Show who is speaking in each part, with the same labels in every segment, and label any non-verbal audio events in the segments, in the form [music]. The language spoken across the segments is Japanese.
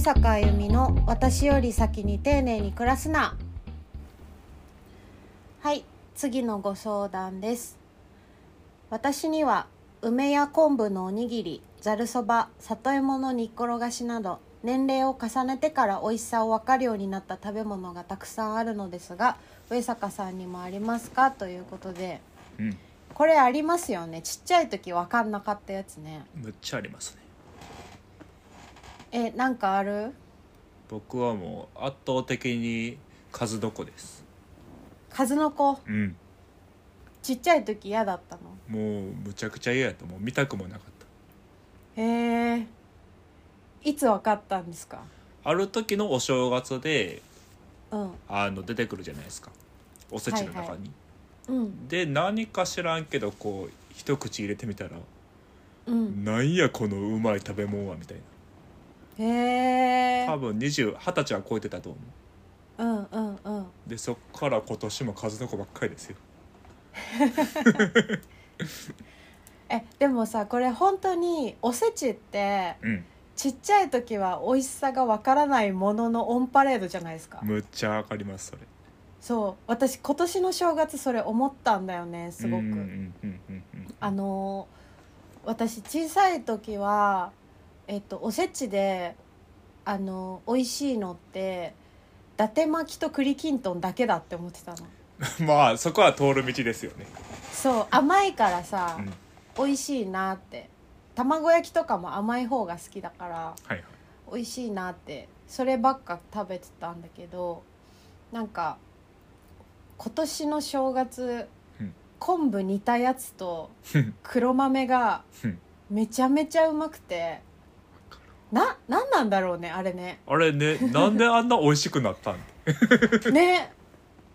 Speaker 1: 坂あゆみの「私より先に丁寧に暮らすな」はい次のご相談です私には梅や昆布のおにぎりざるそば里芋の煮っころがしなど年齢を重ねてから美味しさを分かるようになった食べ物がたくさんあるのですが上坂さんにもありますかということで
Speaker 2: うん
Speaker 1: これありますよねちっちゃい時分かんなかったやつね
Speaker 2: むっちゃありますね
Speaker 1: えなんかある
Speaker 2: 僕はもう圧倒的に数床です
Speaker 1: 数の子
Speaker 2: うん
Speaker 1: ちっちゃい時嫌だったの
Speaker 2: もうむちゃくちゃ嫌やともう見たくもなかっ
Speaker 1: へえいつ分かったんですか
Speaker 2: たある時のお正月で
Speaker 1: うん
Speaker 2: あの出てくるじゃないですかおせちの中に、
Speaker 1: はいはうん
Speaker 2: で何か知らんけどこう一口入れてみたら
Speaker 1: うん
Speaker 2: なんやこのうまい食べ物はみたい
Speaker 1: へえ
Speaker 2: な多分20二十歳は超えてたと思
Speaker 1: うんうんうん
Speaker 2: うでそっから今年も数の子ばっかりですよ
Speaker 1: えでもさこれ本当におせちって
Speaker 2: うん
Speaker 1: ちっちゃい時は美味しさがわからないもののオンパレードじゃないですか
Speaker 2: むっちゃわかりますそれ
Speaker 1: そう私今年の正月それ思ったんだよねすごく、
Speaker 2: うんうんうんうんうん
Speaker 1: あのー私小さい時は、えっと、おせちであのー美味しいのって伊達巻きと栗きんとんだけだって思ってたの
Speaker 2: まあそこは通る道ですよね、
Speaker 1: そう甘いからさ、
Speaker 2: うん、はい
Speaker 1: 美味しいなって卵焼きとかも甘い方が好きだから
Speaker 2: はい
Speaker 1: 美味しいなってそればっか食べてたんだけどなんか今年の正月、
Speaker 2: うん
Speaker 1: 昆布煮たやつと
Speaker 2: うん
Speaker 1: 黒豆が
Speaker 2: うん
Speaker 1: めちゃめちゃうまくてななんなんだろうねあれね [laughs]
Speaker 2: あれねなんであんな美味しくなったん
Speaker 1: ね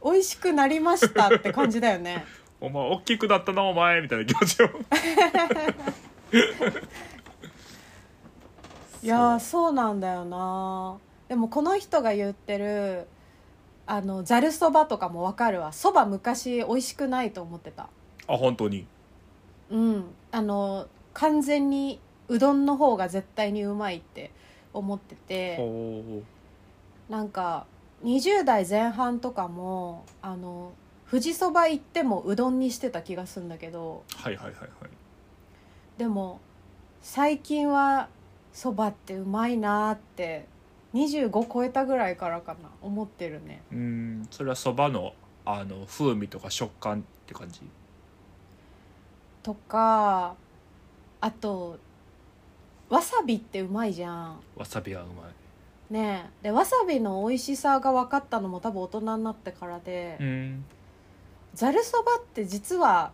Speaker 1: 美味しくなりましたって感じだよ
Speaker 2: [laughs]
Speaker 1: ね
Speaker 2: お前大きくなったなお前みたいな気持ちを
Speaker 1: いやーそうなんだよなでもこの人が言ってるあのざるそばとかもわかるわそば昔美味しくないと思ってた
Speaker 2: [laughs] あ本当に
Speaker 1: うんあの完全にうどんの方が絶対にうまいって思ってて
Speaker 2: ほ
Speaker 1: なんか20代前半とかもあの富士そば行ってもうどんにしてた気がするんだけど
Speaker 2: うはいはいはいはい
Speaker 1: でも最近はそばってうまいなーって25超えたぐらいからかな思ってるね
Speaker 2: うんそれはそばのあの風味とか食感って感じ
Speaker 1: とかあとわさびってうまいじゃん
Speaker 2: わさびはうま
Speaker 1: ねえでわさびの美味しさが分かったのも多分大人になってからで
Speaker 2: いうん
Speaker 1: ざるそばって実は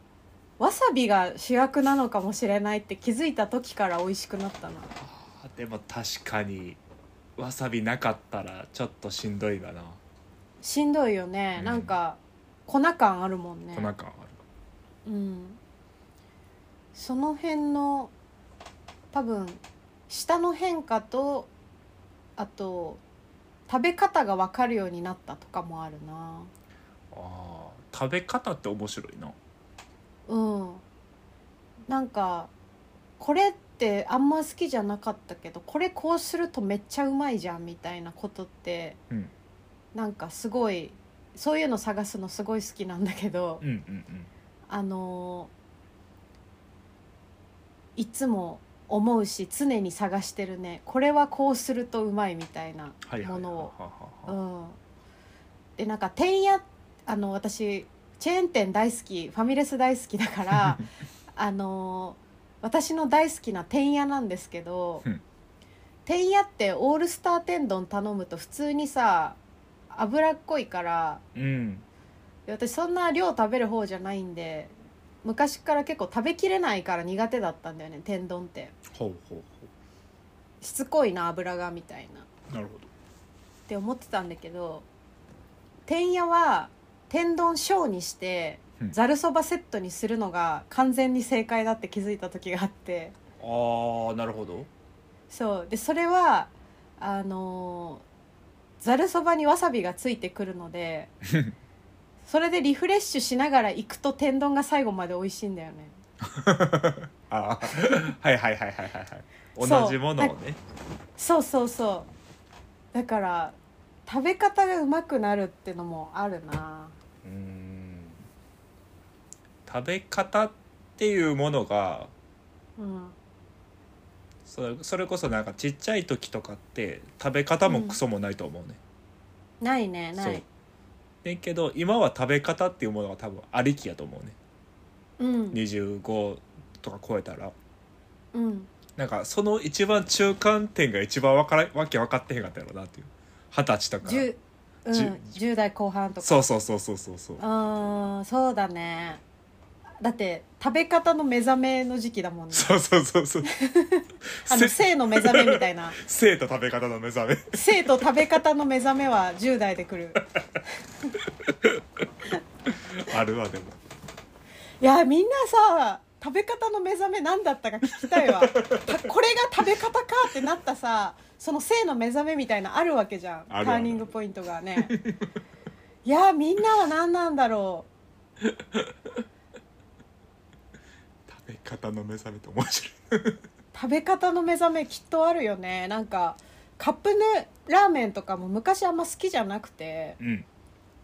Speaker 1: わさびが主役なのかもしれないって気づいた時から美味しくなったな
Speaker 2: あーでも確かにわさびなかったらちょっとしんどいかな
Speaker 1: しんどいよね、
Speaker 2: うん
Speaker 1: なんか粉感あるもんね
Speaker 2: 粉感ある
Speaker 1: うんその辺の多分下の変化とあと食べ方が分かるようになったとかもあるな
Speaker 2: あー食べ方って面白いな
Speaker 1: うんなんかこれってあんま好きじゃなかったけどこれこうするとめっちゃうまいじゃんみたいなことって、
Speaker 2: うん
Speaker 1: なんかすごいそういうの探すのすごい好きなんだけど、
Speaker 2: うんうんうん
Speaker 1: あのーいつも思うし常に探してるねこれはこうするとうまいみたいな
Speaker 2: はいはい
Speaker 1: ものを。
Speaker 2: はは
Speaker 1: う
Speaker 2: はは
Speaker 1: ん、でなんかてんやあの私チェーン店大好きファミレス大好きだから
Speaker 2: [laughs]
Speaker 1: あのー私の大好きなてんやなんですけど
Speaker 2: うん
Speaker 1: てんやってオールスター天丼頼むと普通にさ脂っこいから
Speaker 2: うん
Speaker 1: で私そんな量食べる方じゃないんで昔から結構食べきれないから苦手だったんだよね天丼って
Speaker 2: ほうほうほ
Speaker 1: しつこいな油がみたいなっ
Speaker 2: うなるほど
Speaker 1: て思ってたんだけど天やは天丼小にして
Speaker 2: うん
Speaker 1: ざるそばセットにするのが完全に正解だって気づいた時があって
Speaker 2: ああなるほど
Speaker 1: そうでそれはあのーざるそばにわさびがついてくるので
Speaker 2: [laughs]
Speaker 1: それでリフレッシュしながら行くと天丼が最後まで美味しいんだよね
Speaker 2: あーはいはいはいはいはいはい
Speaker 1: そう
Speaker 2: 同じものをね
Speaker 1: そうそうそうだから食べ方がうまくなるってのもあるな
Speaker 2: うん食べ方っていうものが
Speaker 1: うん
Speaker 2: それそれこそなんかちっちゃい時とかって食べ方もクソもないと思うね、
Speaker 1: ないねな
Speaker 2: そう
Speaker 1: い
Speaker 2: だけど今は食べ方っていうものが多分ありきやと思うね
Speaker 1: うん
Speaker 2: 25とか超えたら
Speaker 1: うん
Speaker 2: なんかその一番中間点が一番わからわけ分かってへんかったやろなっていう二十歳とか
Speaker 1: 10うん
Speaker 2: じゅ
Speaker 1: 10代後半とか
Speaker 2: そうそうそうそうそうそう
Speaker 1: うーんそうだねだって食べ方の目覚めの時期だもんね
Speaker 2: そうそうそうそう
Speaker 1: あの性の目覚めみたいな
Speaker 2: 生と食べ方の目覚め
Speaker 1: 性と食べ方の目覚めは10代で来る
Speaker 2: あるわでも
Speaker 1: いやみんなさ食べ方の目覚め何だったか聞きたいわたこれが食べ方かってなったさその性の目覚めみたいなあるわけじゃん
Speaker 2: あるある
Speaker 1: ターニングポイントがねいやみんなは何なんだろ
Speaker 2: 食べ方の目覚めって面白いう
Speaker 1: 食べ方の目覚めきっとあるよねなんかカップヌラーメンとかも昔あんま好きじゃなくて
Speaker 2: うん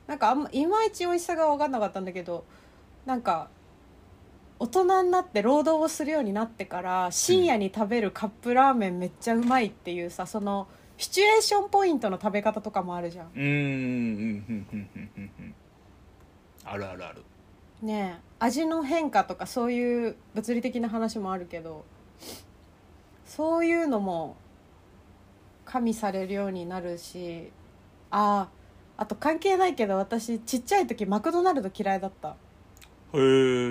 Speaker 1: なんかあんまいまいち美味しさが分かんなかったんだけどなんか大人になって労働をするようになってから深夜に食べるカップラーメンめっちゃうまいっていうさそのシチュエーションポイントの食べ方とかもあるじゃん
Speaker 2: うんうんうんうんうんうんうんあるあるある
Speaker 1: ねえ味の変化とかそういう物理的な話もあるけどそういうのも加味されるようになるしあああと関係ないけど私ちっちゃい時マクドナルド嫌いだった
Speaker 2: へ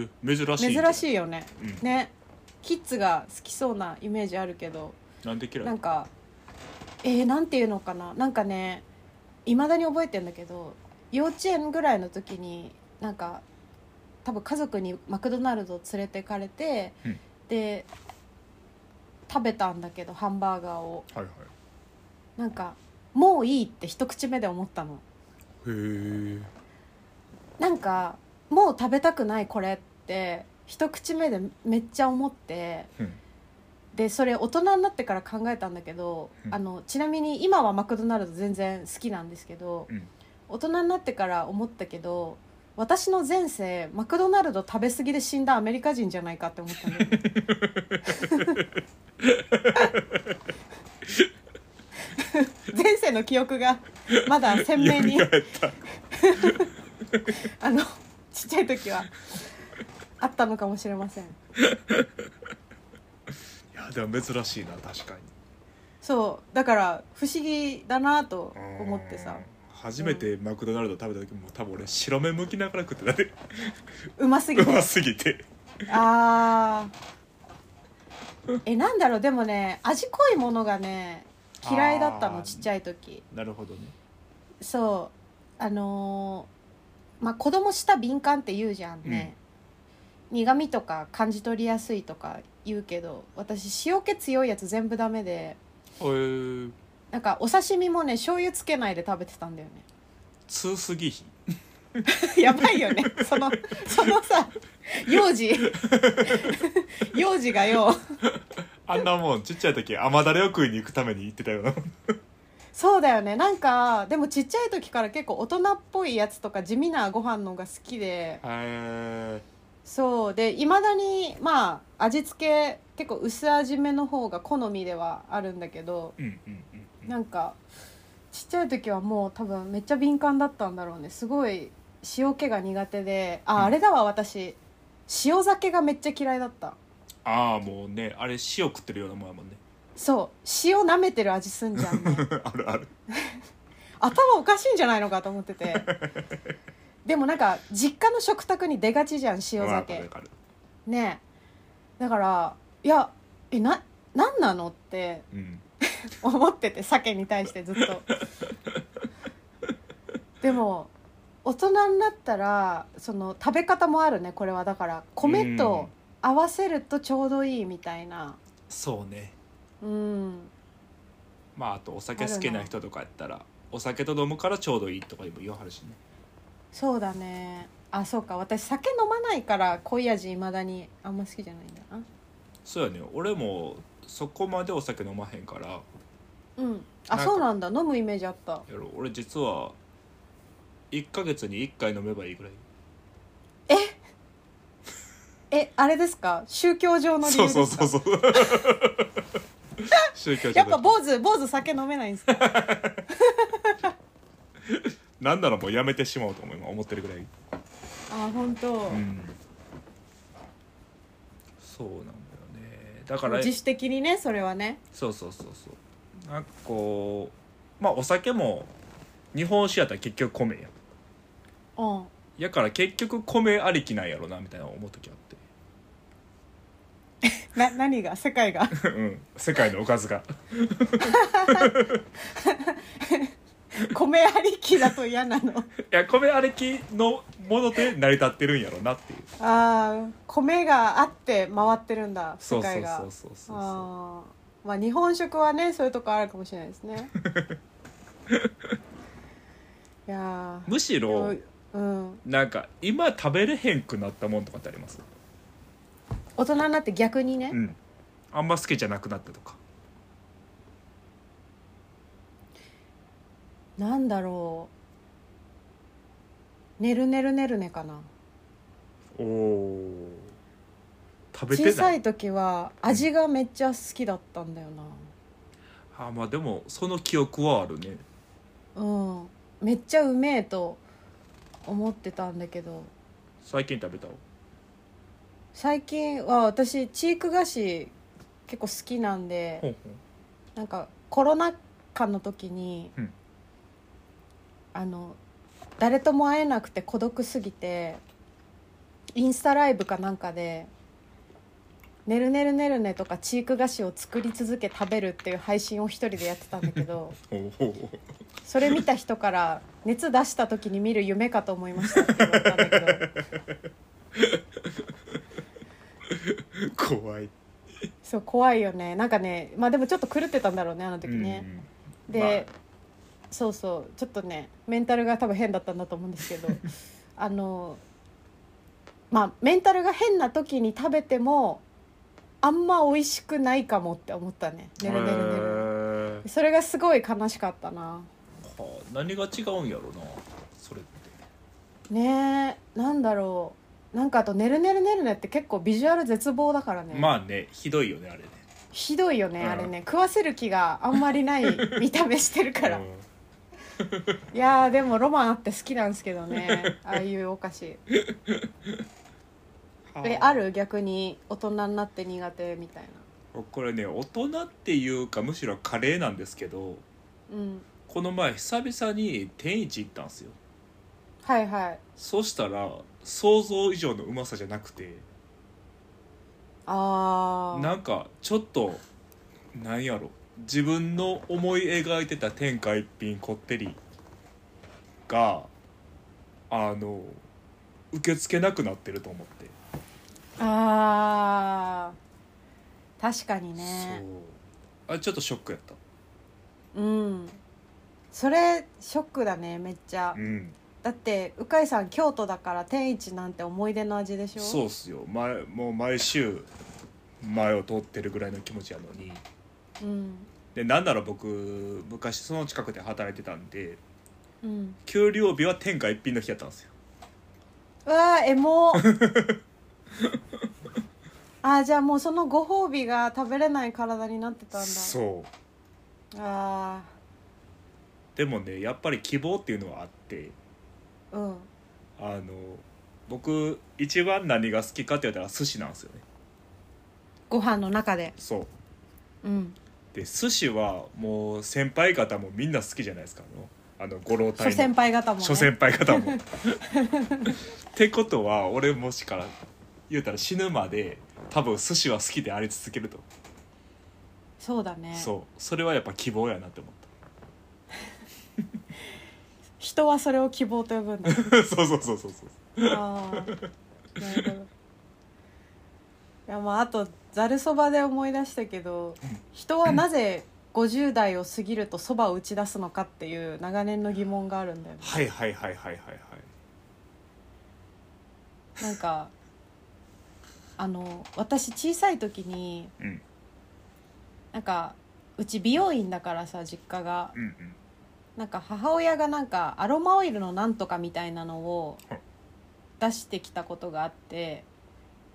Speaker 2: え珍しい
Speaker 1: 珍
Speaker 2: い、
Speaker 1: しいよね
Speaker 2: うん、
Speaker 1: ねキッズが好きそうなイメージあるけど
Speaker 2: なんで嫌い
Speaker 1: なんかえー、なんていうのかななんかねいまだに覚えてんだけど幼稚園ぐらいの時になんか多分家族にマクドナルド連れてかれて、
Speaker 2: うん
Speaker 1: で食べたんだけどハンバーガーを
Speaker 2: はいは
Speaker 1: なんかもういいって一口目で思ったの
Speaker 2: いへえ
Speaker 1: なんかもう食べたくないこれって一口目でめっちゃ思って
Speaker 2: うん
Speaker 1: でそれ大人になってから考えたんだけど、
Speaker 2: うん
Speaker 1: あのちなみに今はマクドナルド全然好きなんですけど、
Speaker 2: うん
Speaker 1: 大人になってから思ったけど私の前世マクドナルド食べ過ぎで死んだアメリカ人じゃないかって思ったの前世の記憶がまだ鮮明に
Speaker 2: 蘇った
Speaker 1: あのちっちゃい時はあったのかもしれません
Speaker 2: いやでも珍しいな確かに
Speaker 1: そうだから不思議だなと思ってさ
Speaker 2: 初めてマクドナルド食べた時も多分俺白目向きながら食ってたね
Speaker 1: うますぎ
Speaker 2: う
Speaker 1: て
Speaker 2: ますぎて
Speaker 1: あーえなんだろうでもね味濃いものがね嫌いだった
Speaker 2: あ
Speaker 1: の
Speaker 2: ー
Speaker 1: ちっちゃい時
Speaker 2: なるほどね
Speaker 1: そうあのーまあ子供舌敏感って言うじゃんね、苦味とか感じ取りやすいとか言うけど私塩気強いやつ全部ダメで
Speaker 2: えー、
Speaker 1: なんかお刺身もね醤油つけないで食べてたんだよね [laughs]
Speaker 2: 通すぎひ
Speaker 1: やばいよねそのそのさ幼
Speaker 2: [laughs]
Speaker 1: 児幼児がよ
Speaker 2: あんなもんちっちゃい時甘だれを食いに行くために行ってたよな
Speaker 1: そうだよねなんかでもちっちゃい時から結構大人っぽいやつとか地味なご飯のが好きで
Speaker 2: え
Speaker 1: そうでいまだにまあ味付け結構薄味めの方が好みではあるんだけど
Speaker 2: ー、うんうんうんうん
Speaker 1: なんかちっちゃい時はもう多分めっちゃ敏感だったんだろうねすごい塩気が苦手で
Speaker 2: うん
Speaker 1: ああれだわ私塩酒がめっちゃ嫌いだった
Speaker 2: ああもうねあれ塩食ってるようなもんやもんね
Speaker 1: そう塩舐めてる味すんじゃんね
Speaker 2: [laughs] あるある
Speaker 1: 頭おかしいんじゃないのかと思って
Speaker 2: [laughs]
Speaker 1: てでもなんか実家の食卓に出がちじゃん塩
Speaker 2: わかるわ
Speaker 1: 酒
Speaker 2: かる
Speaker 1: ねえだからいやえな何なのって [laughs]
Speaker 2: うん
Speaker 1: 思ってて酒に対してずっ
Speaker 2: [laughs]
Speaker 1: とでも大人になったらその食べ方もあるねこれはだから米と合わせるとちょうどいいみたいな
Speaker 2: そうね
Speaker 1: うん
Speaker 2: まああとお酒好きな人とかやったらお酒と飲むからちょうどいいとかにも言わはるしね
Speaker 1: そうだねあそうか私酒飲まないから濃い味いまだにあんま好きじゃないんだな
Speaker 2: そうやね俺もそこまでお酒飲まへんから
Speaker 1: うんあ
Speaker 2: なんか
Speaker 1: そうなんだ飲むイメージあった
Speaker 2: やろ俺実は1ヶ月に1回飲めばいいぐらい
Speaker 1: えあれですか宗教上の理由
Speaker 2: そ
Speaker 1: で
Speaker 2: う
Speaker 1: すか
Speaker 2: そうそうそう
Speaker 1: [laughs]
Speaker 2: 宗教上
Speaker 1: やっぱ坊主坊主酒飲めないんですか
Speaker 2: なんならもうやめてしまおうと思う今思ってるぐらい
Speaker 1: あ本当、
Speaker 2: うんそうなんだよねだから
Speaker 1: 自主的にねそれはね
Speaker 2: そうそうそうそうなんかこうまあお酒も日本酒やったら結局米やん
Speaker 1: うん
Speaker 2: やから結局米ありきなんやろなみたいな思う時あっ
Speaker 1: な何が世界
Speaker 2: [laughs]
Speaker 1: が
Speaker 2: てうん世界のおか [laughs] ずが
Speaker 1: 米ありきだと嫌なの
Speaker 2: いや米ありきのもので成り立ってるんやろなっていう
Speaker 1: ああ米があって回ってるんだ
Speaker 2: そ
Speaker 1: 世
Speaker 2: うそうそ
Speaker 1: 界が
Speaker 2: うそうそう
Speaker 1: あ
Speaker 2: そ
Speaker 1: ーまあ日本食はねそういうとこあるかもしれないです
Speaker 2: [laughs]
Speaker 1: ねいや
Speaker 2: うむし
Speaker 1: ー
Speaker 2: ろ
Speaker 1: でもうん
Speaker 2: なんか今食べれへんくなったもんとかってあります
Speaker 1: 大人になって逆にね、
Speaker 2: うんあんま好きじゃなくなったとか
Speaker 1: なんだろう「ねるねるねるね」かな
Speaker 2: おー食べてな
Speaker 1: 小
Speaker 2: い
Speaker 1: さい時は味がめっちゃ好きだったんだよな
Speaker 2: あまあでもその記憶はあるね
Speaker 1: うんめっちゃうめえと思ってたんだけど
Speaker 2: 最近食べたの
Speaker 1: 最近は私チーク菓子結構好きなんで
Speaker 2: ほん
Speaker 1: なんかコロナ禍の時に、
Speaker 2: うん
Speaker 1: あの誰とも会えなくて孤独すぎてインスタライブかなんかで「ねるねるねるね」とかチーク菓子を作り続け食べるっていう配信を一人でやってたんだけど
Speaker 2: [laughs] ほんほうほう
Speaker 1: それ見た人から「熱出した時に見る夢かと思いました」って言われたんだけど
Speaker 2: 怖い
Speaker 1: そう怖いよねなんかねまあでもちょっと狂ってたんだろうねあの時ね。
Speaker 2: うん
Speaker 1: で、そうそうちょっとねメンタルが多分変だったんだと思うんですけ
Speaker 2: [laughs]
Speaker 1: どあのまあメンタルが変な時に食べてもあんま美味しくないかもって思ったね
Speaker 2: ま
Speaker 1: ね
Speaker 2: あ
Speaker 1: るねるねる
Speaker 2: へ
Speaker 1: それがすごい悲しかったな
Speaker 2: ーはあ何が違うんやろなそれって
Speaker 1: ねえなんだろうなんかあと「ねるねるねるね」って結構ビジュアル絶望だからね、
Speaker 2: まあねひどいよねあれね
Speaker 1: ひどいよね、
Speaker 2: うん
Speaker 1: あれね食わせる気があんまりない
Speaker 2: [laughs]
Speaker 1: 見た目してるから、
Speaker 2: うん
Speaker 1: いやーでもロマンあって好きなんですけどねああいうお菓子えある逆に大人になって苦手みたいな
Speaker 2: これね大人っていうかむしろカレーなんですけど
Speaker 1: うん
Speaker 2: この前久々に天一行ったんですよ
Speaker 1: はいはい
Speaker 2: そしたら想像以上のうまさじゃなくて
Speaker 1: あ
Speaker 2: な
Speaker 1: あ
Speaker 2: んかちょっとなんやろ自分の思い描いてた天下一品こってりがあの受け付けなくなってると思って、
Speaker 1: あー確かにね
Speaker 2: そうあちょっとショックやっ
Speaker 1: うんそれショックだねめっちゃ
Speaker 2: たうん
Speaker 1: だって鵜飼さん京都だから天一なんて思い出の味でしょ
Speaker 2: そうっすよ前もう毎週前を通ってるぐらいの気持ちやのに
Speaker 1: ううん
Speaker 2: でなんなら僕昔その近くで働いてたんで
Speaker 1: うん
Speaker 2: 給料日は天下一品の日やったんですよ
Speaker 1: うわーエ
Speaker 2: [laughs]
Speaker 1: モあーじゃあもうそのご褒美が食べれない体になってたんだ
Speaker 2: そう
Speaker 1: あ
Speaker 2: でもねやっぱり希望っていうのはあって
Speaker 1: あうん
Speaker 2: あの僕一番何が好きかって言ったら寿司なんですよね
Speaker 1: ご飯の中で
Speaker 2: そう
Speaker 1: うん
Speaker 2: で寿司はもう先輩方もみんな好きじゃないですかあのあのご老体
Speaker 1: 諸
Speaker 2: の
Speaker 1: 先輩方もね
Speaker 2: 諸先輩方
Speaker 1: [laughs]
Speaker 2: もってことは俺もしから言うたら死ぬまで多分寿司は好きであり続けると、
Speaker 1: そうだね
Speaker 2: そうそれはやっぱ希望やなって思っ
Speaker 1: 人はそれを希望と呼ぶ
Speaker 2: [laughs]
Speaker 1: んだ
Speaker 2: た [laughs] そうそうそうそうそう
Speaker 1: ああなるほどいやまああとざるそばで思い出したけど人はなぜ50代を過ぎるとそばを打ち出すのかっていう長年の疑問があるんだよね
Speaker 2: はいはいはいはいはいはい
Speaker 1: なんかあの私小さい時に
Speaker 2: うん
Speaker 1: なんかうち美容院だからさ実家が
Speaker 2: うんうん
Speaker 1: なんか母親がなんかアロマオイルのなんとかみたいなのを
Speaker 2: はい
Speaker 1: 出してきたことがあって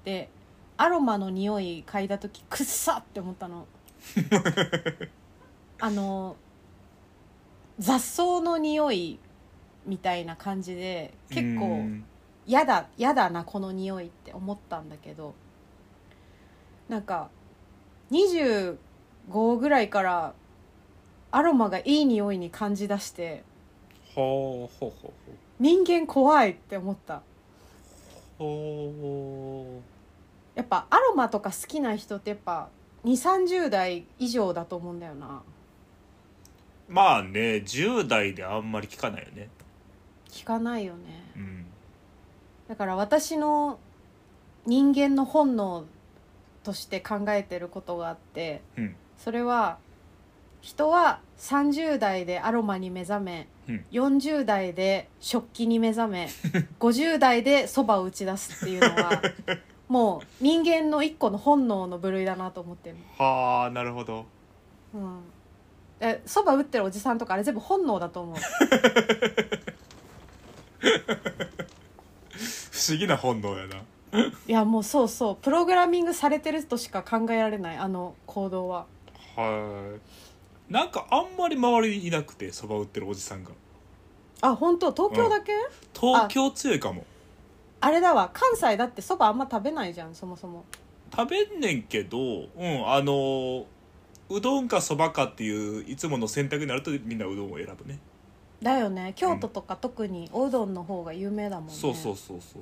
Speaker 1: でアロマの匂い嗅いだ時くっさって思った
Speaker 2: [laughs]
Speaker 1: のあの雑草の匂いみたいな感じで結
Speaker 2: う
Speaker 1: 構
Speaker 2: ん
Speaker 1: 嫌だ嫌だなこの匂いって思ったんだけどなんか25ぐらいからアロマがいい匂いに感じ出して
Speaker 2: ほうほうほう
Speaker 1: 人間怖いって思った
Speaker 2: ほうほ
Speaker 1: やっぱアロマとか好きな人ってやっぱ2 3 0代以上だと思うんだよな
Speaker 2: うまあね10代であんまり聞かないよね
Speaker 1: 聞かないよね
Speaker 2: うん
Speaker 1: だから私の人間の本能として考えてることがあって
Speaker 2: うん
Speaker 1: それは人は30代でアロマに目覚め、
Speaker 2: うん
Speaker 1: 40代で食器に目覚
Speaker 2: [laughs]
Speaker 1: め50代でそばを打ち出すっていうのはもう人間の一個の本能の部類だなと思ってる
Speaker 2: はあなるほど
Speaker 1: うんえそば打ってるおじさんとかあれ全部本能だと
Speaker 2: [laughs]
Speaker 1: 思う
Speaker 2: 不思議な本能やない
Speaker 1: やもうそうそうプログラミングされてるとしか考えられないあの行動は
Speaker 2: はいなんかあんまり周りにいなくてそば売ってるおじさんが
Speaker 1: あ本当東京だけ、
Speaker 2: 東京強いかも
Speaker 1: あれだわ関西だってそばあんま食べないじゃんそもそも
Speaker 2: 食べんねんけどうんあのーうどんかそばかっていういつもの選択になるとみんなうどんを選ぶね
Speaker 1: だよね京都とか特におうどんの方が有名だもんね、
Speaker 2: そうそうそうそう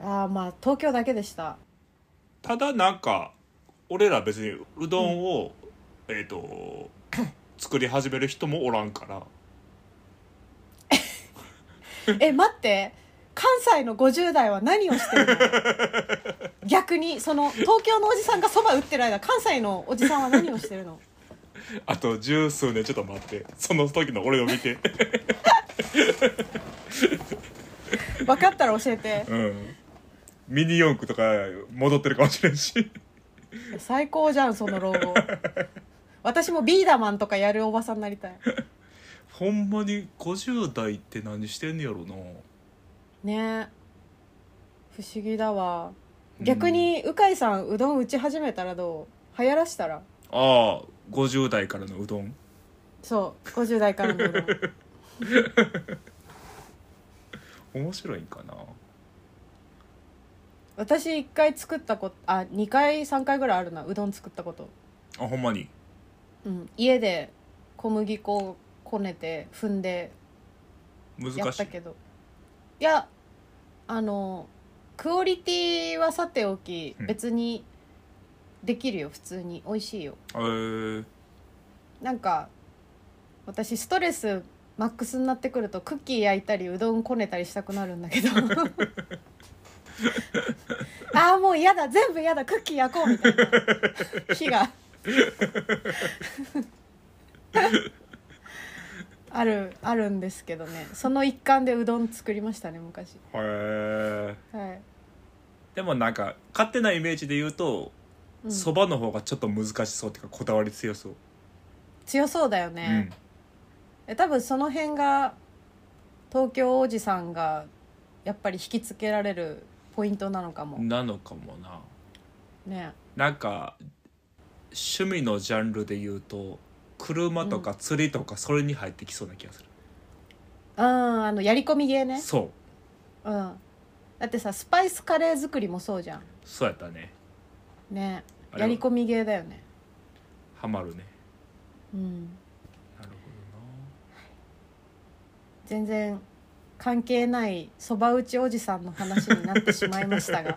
Speaker 2: そう
Speaker 1: ああまあ東京だけでした [laughs]
Speaker 2: ただなんか俺ら別にうどんを、えっ、 [laughs] と作り始める人もおらんから
Speaker 1: え待って関西の50代は何をしてるの
Speaker 2: [laughs]
Speaker 1: 逆にその東京のおじさんがそば打ってる間関西のおじさんは何をしてるの
Speaker 2: あと十数年ちょっと待ってその時の俺を見て
Speaker 1: 分かったら教えて
Speaker 2: うんミニ四駆とか戻ってるかもしれんし
Speaker 1: 最高じゃんその老後私もビーダマンとかやるおばさんになりたい
Speaker 2: ほんまに50代って何してんねやろな
Speaker 1: ね不思議だわ逆、に鵜飼さんうどん打ち始めたらどう流行らしたら
Speaker 2: うんああ50代からのうどん
Speaker 1: そう50代からのうどん
Speaker 2: 面白いんかな
Speaker 1: 私1回作ったことあ2回3回ぐらいあるなうどん作ったこと、
Speaker 2: あほんまに
Speaker 1: うん、家で小麦粉をこねて踏んで
Speaker 2: 難しい
Speaker 1: やったけどいやあのクオリティはさておき
Speaker 2: うん
Speaker 1: 別にできるよ普通に美味しいよ
Speaker 2: えー、
Speaker 1: なんか私ストレスマックスになってくるとクッキー焼いたりうどんこねたりしたくなるんだけどああもう嫌だ全部嫌だクッキー焼こうみたいな日が [laughs] あるあるんですけどねその一環でうどん作りましたね昔
Speaker 2: へえ
Speaker 1: はい
Speaker 2: でもなんか勝手なイメージで言うと
Speaker 1: うん
Speaker 2: そば、蕎麦の方がちょっと難しそうっていうかこだわり強そう、
Speaker 1: 強そうだよね、え多分その辺が東京おじさんがやっぱり引きつけられるポイントなのか
Speaker 2: う
Speaker 1: も
Speaker 2: んなのかもな
Speaker 1: ね
Speaker 2: なんか趣味のジャンルで言うと車とか釣りとかそれに入ってきそうな気がする、
Speaker 1: うんあのやり込み芸ね
Speaker 2: そう
Speaker 1: うんだってさスパイスカレー作りもそうじゃん
Speaker 2: そうやったね
Speaker 1: ね
Speaker 2: あれ
Speaker 1: や
Speaker 2: は
Speaker 1: り込み芸だよね
Speaker 2: ハマるね
Speaker 1: うん
Speaker 2: なるほ
Speaker 1: 全然関係ないそば打ちおじさんの話になってしまいましたが